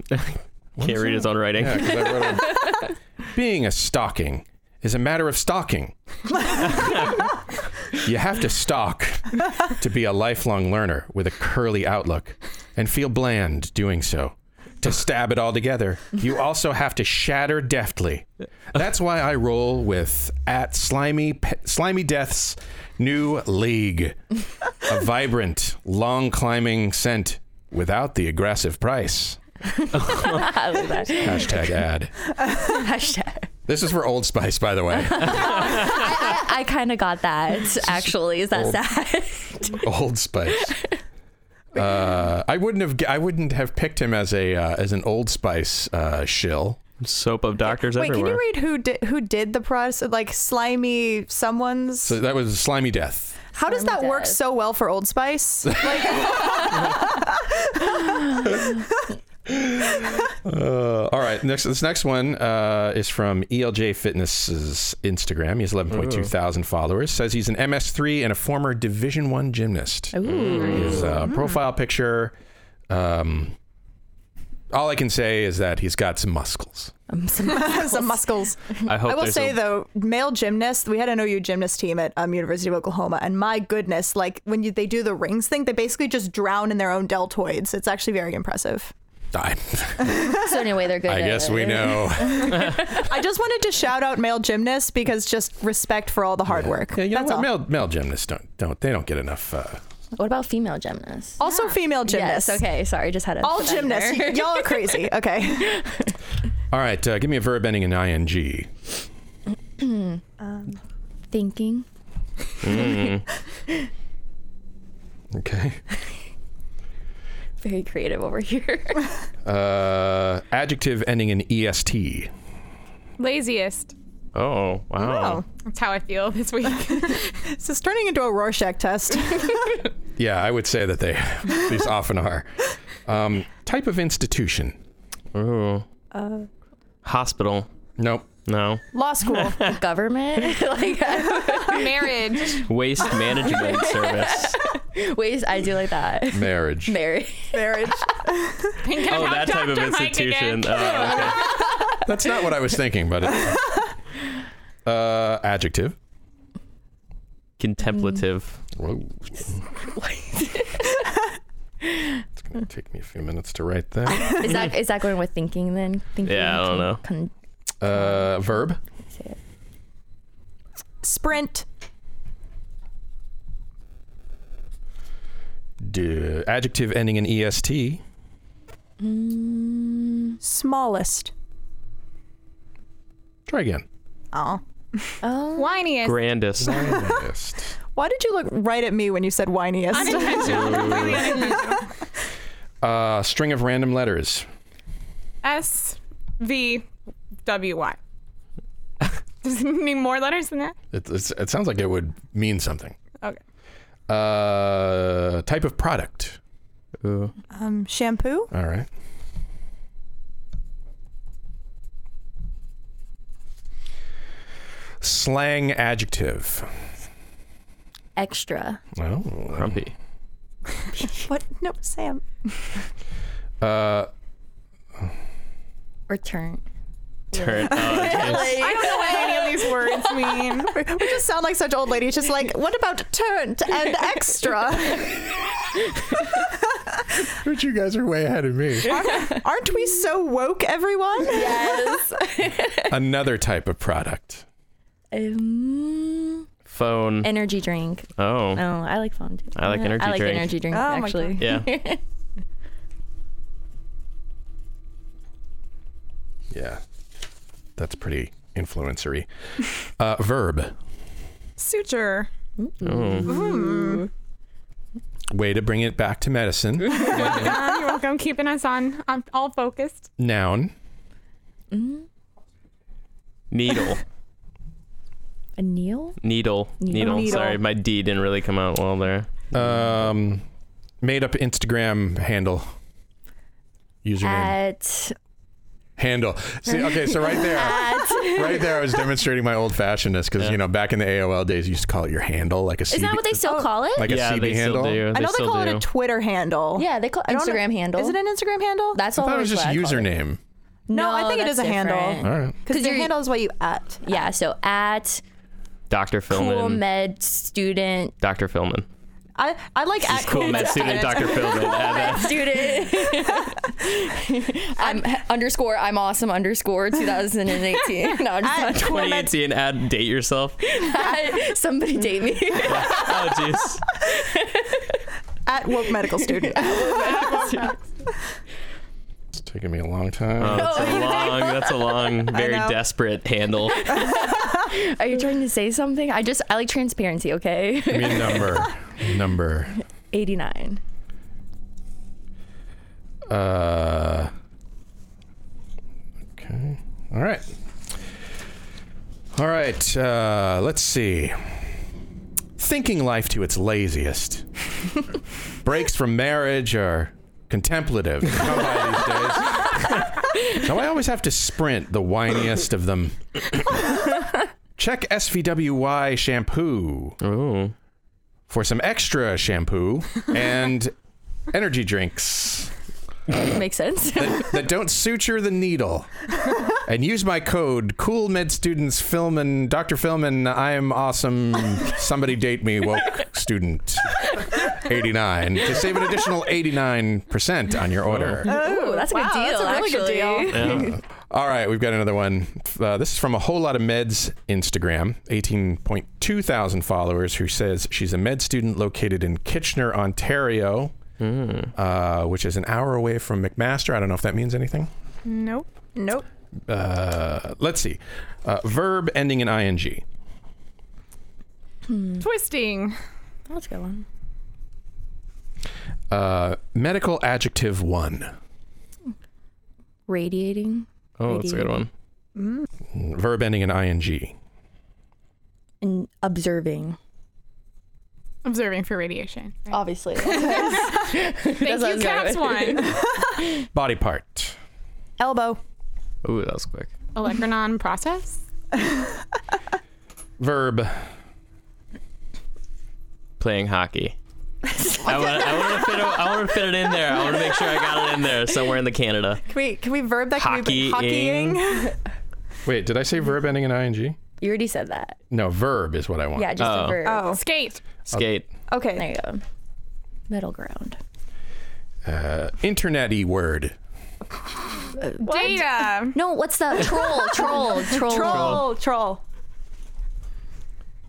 Can't read his own writing. yeah, 'cause I wrote it. being a stocking is a matter of stalking. you have to stalk to be a lifelong learner with a curly outlook and feel bland doing so. To stab it all together, you also have to shatter deftly. That's why I roll with at slimy Pe- slimy death's new league, a vibrant, long climbing scent without the aggressive price. I love that. Hashtag ad. Hashtag. This is for Old Spice, by the way. I, I, I kind of got that actually. Is that Old- sad? Old Spice. Uh, I wouldn't have. I wouldn't have picked him as a uh, as an Old Spice uh, shill. Soap of doctors Wait, can everywhere. you read who did who did the process? Like slimy someone's. So that was slimy death. How does that Slimy work Death. so well for Old Spice? Like, Uh, all right, next this next one uh, is from ELJ Fitness's Instagram. He has eleven point two thousand followers. Says he's an MS3 and a former Division One gymnast. Oh. His uh, profile picture. Um, all I can say is that he's got some muscles. Um, some muscles. I hope I will there's say a- though, male gymnasts. We had an OU gymnast team at um, University of Oklahoma, and my goodness, like when you, they do the rings thing, they basically just drown in their own deltoids. It's actually very impressive. I, so anyway, they're good. I at guess it. we know. I just wanted to shout out male gymnasts because just respect for all the hard work. Yeah, you know That's what? all. Male, male gymnasts don't don't they don't get enough. Uh, What about female gymnasts? also, female gymnasts. Yes. Okay. Sorry. Just had a All gymnasts. Y- Y'all are crazy. Okay. all right, uh, give me a verb ending in ing. Thinking. Okay. Very creative over here. Uh, adjective ending in est. Laziest. Oh wow. Oh, That's how I feel this week. this is turning into a Rorschach test. Yeah, I would say that they these often are. Um, type of institution. Ooh. Uh. Hospital. Nope. No. Law school. Government. like Marriage. Waste management service. ways I do like that. Marriage. Marriage. Marriage. Think Oh, about that type of Dr. Mike institution. again. Oh, okay. That's not what I was thinking, but. It, uh, adjective. Contemplative. Mm. Whoa. it's gonna take me a few minutes to write that. Is that is that going with thinking then? Thinking. Yeah, I don't know. con- Uh, verb. Sprint. D- adjective ending in est. Smallest. Try again. Oh. oh. Whiniest. Grandest. Finest. Why did you look right at me when you said whiniest? Unintentional. Completely unintentional. Uh, string of random letters. S V W Y. Does it need more letters than that? It, it's, it sounds like it would mean something. Okay. Uh, type of product. Ooh. um, shampoo. All right. Slang adjective. Extra. Oh. Grumpy. What? No, Sam. Uh, Return. Turn. Oh, I don't know what any of these words mean. We just sound like such old ladies. Just like, what about turned and extra? but you guys are way ahead of me. Aren't we so woke, everyone? Yes. Another type of product. um, phone. energy drink. oh. Oh, I like fondue. I like energy I like drink. energy drink Oh my actually. Yeah. Yeah. That's pretty influencery. Uh, verb. Suture. Way to bring it back to medicine. Um, you're welcome. Keeping us on, on all focused. Noun. Needle. A Neil? Needle. Needle. Sorry, my D didn't really come out well there. Um, made up Instagram handle. Username. At handle. See, okay, so right there, right there, I was demonstrating my old fashionedness because you know back in the AOL days, you used to call it your handle, like a CB, Is that what they Oh. still call it? like yeah, a CB they handle. still do. I know they still call do. it a Twitter handle. yeah, they call I don't know- Instagram handle. Is it an Instagram handle? That's I all. thought it was just username. No, I think it is a handle. All right. because your you're- handle is what you at. Yeah, so at Dr. Philman. cool med student Dr. Philman. I, I like at Cool med student Dr. Philman. Add that. student. I'm underscore I'm awesome underscore 2018. No, I'm just At cool med- 2018. Add date yourself. somebody date me. Oh jeez. Oh, at woke medical student. Let's take taking me a long time. That's a long, that's a long, very Oh, know. desperate handle. Are you trying to say something? I just I like transparency. Okay, Give me a number. number. eighty nine. Uh, okay. All right. All right. Uh, let's see. Thinking life to its laziest. Breaks from marriage are contemplative. Come by these days. so I always have to sprint the whiniest of them. Check SVWY shampoo Ooh. for some extra shampoo and energy drinks Makes sense. that, that don't suture the needle. and use my code cool med students Philman Dr. Philman I am awesome somebody date me woke student 89 to save an additional 89% on your order. Ooh, that's a Wow, good deal. that's a really good actually. deal. Yeah. All right, we've got another one. Uh, this is from a whole lot of meds Instagram, 18.2 thousand followers, who says she's a med student located in Kitchener, Ontario, uh, which is an hour away from McMaster. I don't know if that means anything. Nope. Nope. Uh, let's see. Uh, verb ending in ing. Twisting. That's a good one. Uh, medical adjective one. Radiating. Oh, that's a good one. Verb ending in ing. and observing. Observing for radiation. Oh, Obviously. Thank what I you, was going Caps one. Body part. Elbow. Ooh, that was quick. Olecranon process. Verb. Playing hockey. I want, I, want to fit it, I want to fit it in there. I want to make sure I got it in there somewhere in the Canada. Can we can we verb that? Can we Hockeying. hockeying? Wait, did I say verb ending in ing? you already said that. No, verb is what I want. Yeah, just Oh. a verb. Oh, Skate. Skate. okay. There you go. Middle ground. Uh, internet e word. Data. No, what's the troll? troll. Troll. Troll. Troll.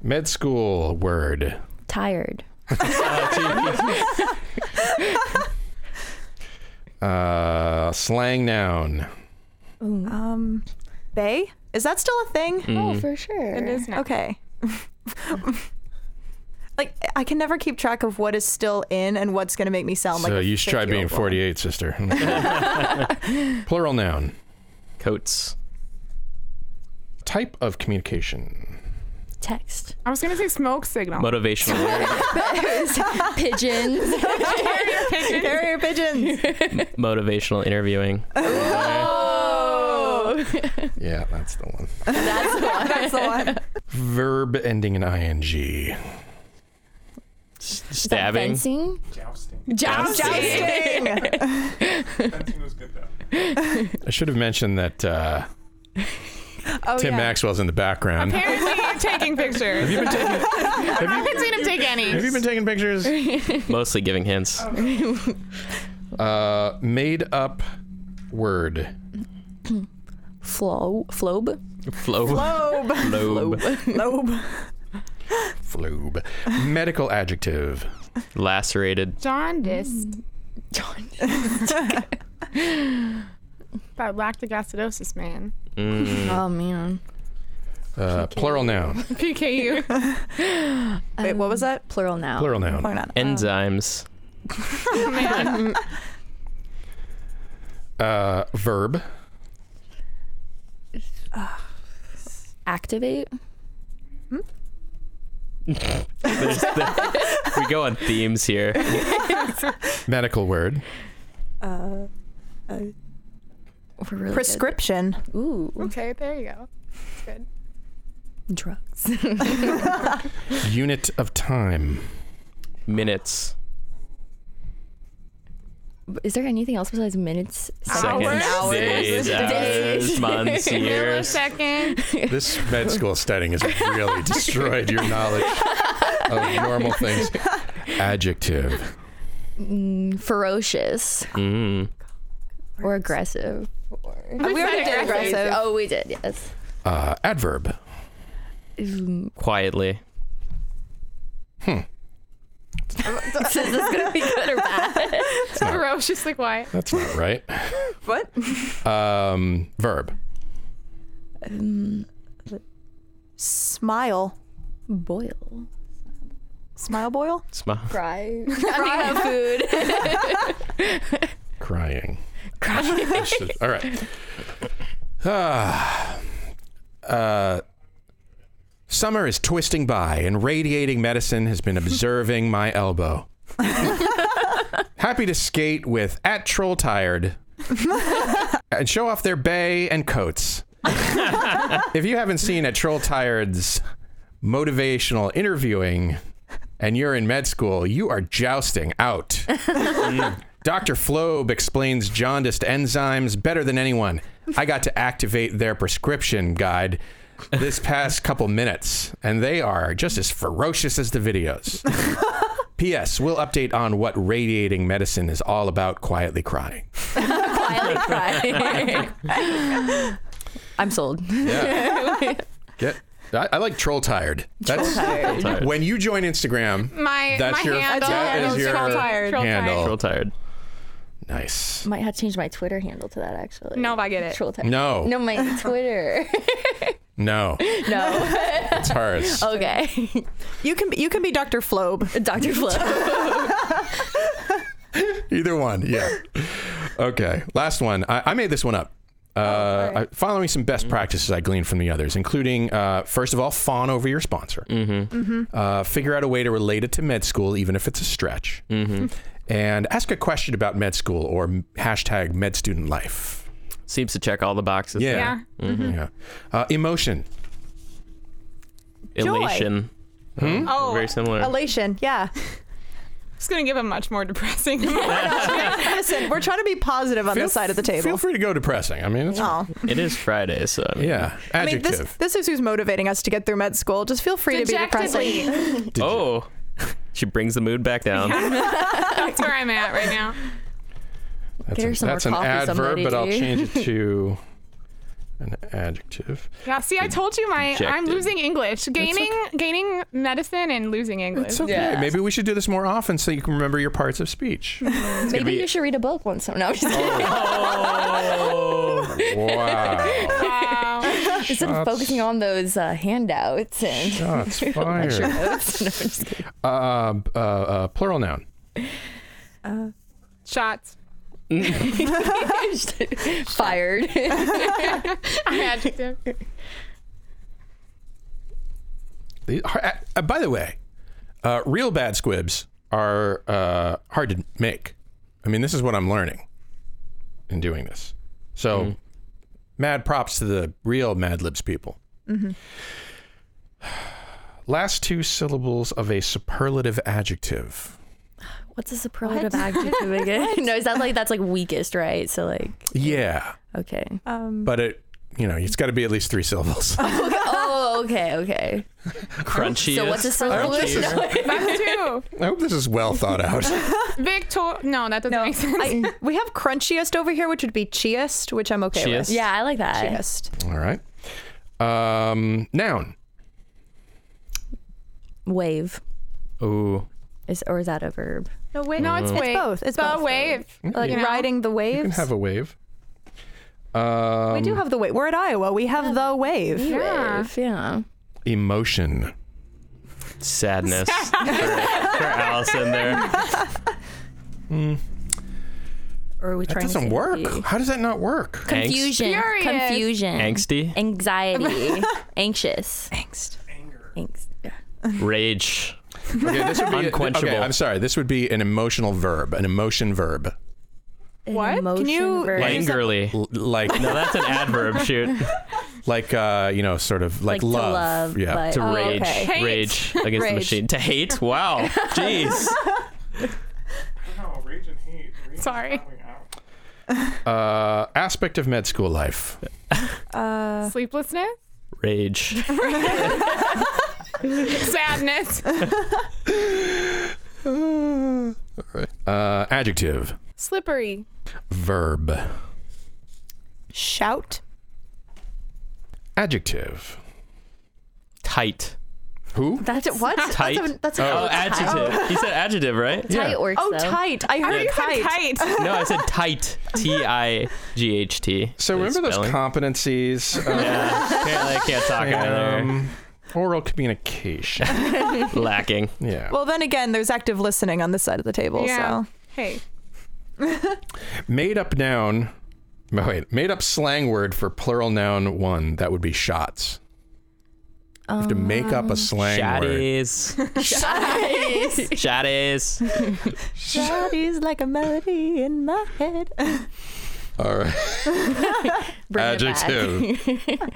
Med school word. Tired. Oh, Uh, slang noun. Um, bay. Is that still a thing? Mm. Oh, for sure. It is now. Okay. like I can never keep track of what is still in and what's gonna make me sound like. so a you should try being 50-year-old woman. 48, sister. Plural noun. Coats. Type of communication. Text. I was gonna say smoke Oh. signal. Motivational word. Pigeons. Carrier pigeons. Motivational interviewing. Oh. Yeah, that's the one. That's the one. verb ending in ing. S- Is that Stabbing. Fencing. Jousting. I should have mentioned that uh, Oh Tim yeah. Maxwell's in the background. Apparently you're taking pictures. Have you been taking, I haven't seen him take any. have you been taking pictures? Mostly giving hints. Oh. Uh, made up word. Flo. Flobe. Flobe. Lobe. Flobe. Lobe. Floob. Medical adjective. Lacerated. Jaundiced. John. That lactic acidosis, man. Mm. Oh man. Uh, plural noun. PKU. Wait, what was that? Plural now. Plural Or noun. not? Enzymes. Uh, verb. Activate. There's the- we go on themes here. Medical word. We're really good. Prescription. Ooh. okay, there you go. That's good. Drugs. Unit of time. Minutes. Is there anything else besides minutes? Seconds. Hours. Days. Days. Hours. Months. Years. Millisecond. This med school setting has really destroyed your knowledge of normal things. Adjective. Ferocious Mm. or aggressive. Or... We already did aggressive. Oh, we did. Yes. Uh, adverb. Mm. Quietly. Is this gonna be good or bad? Ferociously quiet. That's not right. What? Um, verb. Smile. Boil. Smile boil? Smile. Cry. I'm thinking of food. Crying. Crying. All right. Ah. uh, summer is twisting by, and radiating medicine has been observing my elbow. Happy to skate with at troll tired and show off their bay and coats. if you haven't seen at troll tired's motivational interviewing and you're in med school, you are jousting out. Dr. Floeb explains jaundiced enzymes better than anyone. I got to activate their prescription guide this past couple minutes, and they are just as ferocious as the videos. P.S. We'll update on what radiating medicine is all about quietly crying. Quietly cry. I'm sold. Yeah. Get, I, I like troll tired. That's Tired. Tired. when you join Instagram. My That's my your- handle that is your troll tired. Troll tired. handle. Real tired. Nice. Might have to change my Twitter handle to that actually. No, I get it. Troll type. No. No, my Twitter. No. no. It's Oh, hers. Okay. You can be, you can be Dr. Flobe. Dr. Flo. Either one, yeah. Okay, last one. I, I made this one up. Uh, I- following some best practices I gleaned from the others, including uh, first of all, fawn over your sponsor. Mm-hmm. Uh, figure out a way to relate it to med school, even if it's a stretch. Mm-hmm. And ask a question about med school or m- hashtag med student life. Seems to check all the boxes. Yeah. Yeah. Uh, emotion. Elation. Oh, Very similar. Elation, yeah. it's gonna give a much more depressing. Listen, we're trying to be positive on this side of the Feel table. free to go depressing. I mean, it's, Oh. it is Friday, so I mean, yeah. I mean, Adjective. this, this is who's motivating us to get through med school. Just feel free to be depressing. Dejectedly. Oh, she brings the mood back down. That's where I'm at right now. that's Get her an, some more that's an coffee, adverb, somebody, but I'll dude. change it to an adjective. Yeah, see, I told you my I'm Dejected. losing English, gaining gaining medicine and losing English. It's okay. Maybe we should do this more often so you can remember your parts of speech. Maybe be- you should read a book once. No, I'm Oh. just kidding. wow. Wow. Instead of focusing on those uh, handouts and Shots lecture fired. notes. No, I'm just kidding. Uh, uh, uh, plural noun. Shots. Just Fired. Adjective. The- uh, uh, by the way, uh, real bad squibs are uh, hard to make. I mean, this is what I'm learning in doing this. So, mad props to the real Mad Libs people. Last two syllables of a superlative adjective. What's a superlative adjective again? no, is that like that's like weakest, right? So like Yeah. okay. but it you know it's got to be at least three syllables Oh, okay, okay. Crunchy. So what's a this superlative? is- No, That's two. i hope this is well thought out Victor. No, that doesn't make sense. I, we have crunchiest over here, which would be chiest, which I'm okay Chiest? with. yeah, I like that. Chiest. all right um noun Wave Ooh. is or is that a verb? No, wait, no, it's wave. both. It's the both. wave. like Mm. You know? riding the you can waves. have a wave um we do have the wave. We're at Iowa. We have the wave. Yeah. Wave, yeah. emotion Sadness. for, for Allison there. Or are we that trying doesn't to work be- how does that not work Angst. Confusion. Furious. Confusion. Angsty. Anxiety. Anxious. Angst. Angst. Yeah. Rage. okay this would be Unquenchable. okay, i'm sorry this would be an emotional verb an emotion verb What? Emotion Can you- verb. Angrily. L- like No, that's an adverb. Shoot. like uh you know sort of like, Like to love. love, yeah but- To Oh, rage. okay. Hate. Rage against the Rage. machine. To hate. Wow. Jeez. Sorry. uh aspect of med school life uh, Sleeplessness. Rage. Sadness. uh adjective Slippery. verb Shout. adjective Tight. Who? That's What? Tight. That's a, that's a Oh, adjective. He said adjective, right? Tight works Oh, though. tight. I heard You said tight. tight. No, I said tight. T I G H T. So is remember those spelling. competencies? Uh, Apparently, I can't talk either. um, oral communication. Lacking. Yeah. Well, then again, there's active listening on this side of the table. Yeah. So Hey. made up noun. no, Wait, made up slang word for plural noun one. That would be shots. You have to make Um, up a slang word. Shotties. Shotties. Shotties. Shawty's like a melody in my head. All right. Bring it back. Adjective.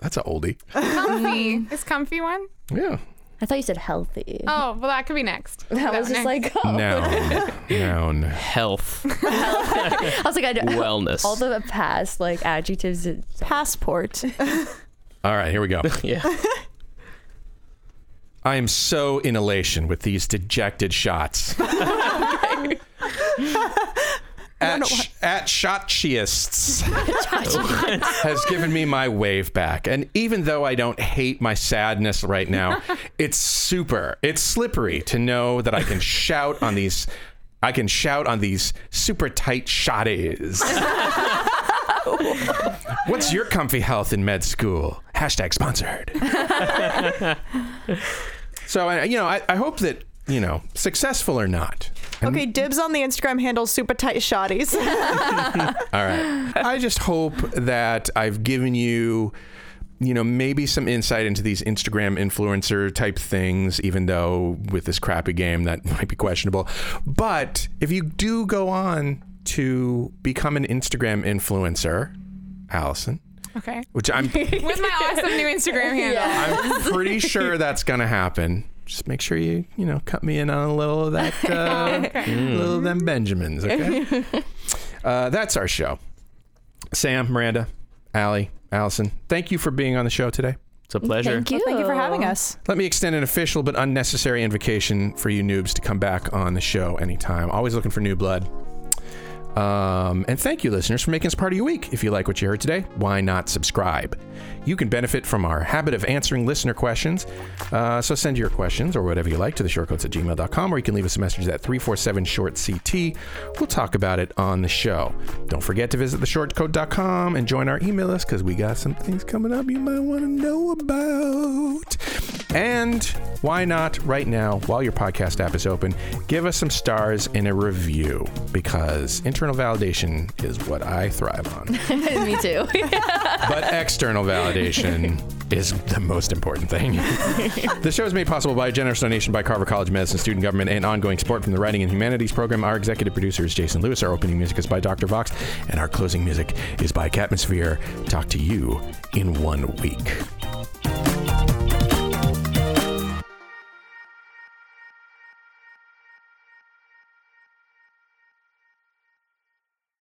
That's a oldie. Comfy. Is comfy one? Yeah. I thought you said healthy. Oh, well, that could be next. I was next. just like, oh. Noun. noun. Health. I was like, I don't, Wellness. all the past like adjectives. it- Passport. All right, here we go. yeah. I am so in elation with these dejected shots. At, sh- at Shotcheists has given me my wave back. And even though I don't hate my sadness right now, it's super, it's slippery to know that I can shout on these, I can shout on these super tight shotties. What's your comfy health in med school? Hashtag sponsored. So I- you know, I, I hope that you know, successful or not. And- Okay, dibs on the Instagram handle super tight shotties. All right. I just hope that I've given you, you know, maybe some insight into these Instagram influencer type things, even though with this crappy game that might be questionable. But if you do go on to become an Instagram influencer, Allison, okay. which I'm With my awesome new Instagram handle. I'm pretty sure that's gonna happen. Just make sure you, you know, cut me in on a little of that, uh, little of them Benjamins, okay? uh, that's our show. Sam, Miranda, Allie, Allison, thank you for being on the show today. It's a pleasure. Thank you. Thank you for having us. Let me extend an official but unnecessary invocation for you noobs to come back on the show anytime. Always looking for new blood. Um, and thank you, listeners, for making us part of your week. If you like what you heard today, why not subscribe? You can benefit from our habit of answering listener questions. Uh, so send your questions or whatever you like to the shortcodes at gmail.com, or you can leave us a message at 347 short CT. We'll talk about it on the show. Don't forget to visit theshortcode.com and join our email list because we got some things coming up you might want to know about. And why not right now, while your podcast app is open, give us some stars in a review because internal validation is what I thrive on. Me too. but external validation is the most important thing. the show is made possible by a generous donation by Carver College Medicine student government and ongoing support from the Writing and Humanities program. Our executive producer is Jason Lewis. Our opening music is by Dr. Vox, and our closing music is by Catmosphere. Talk to you in one week.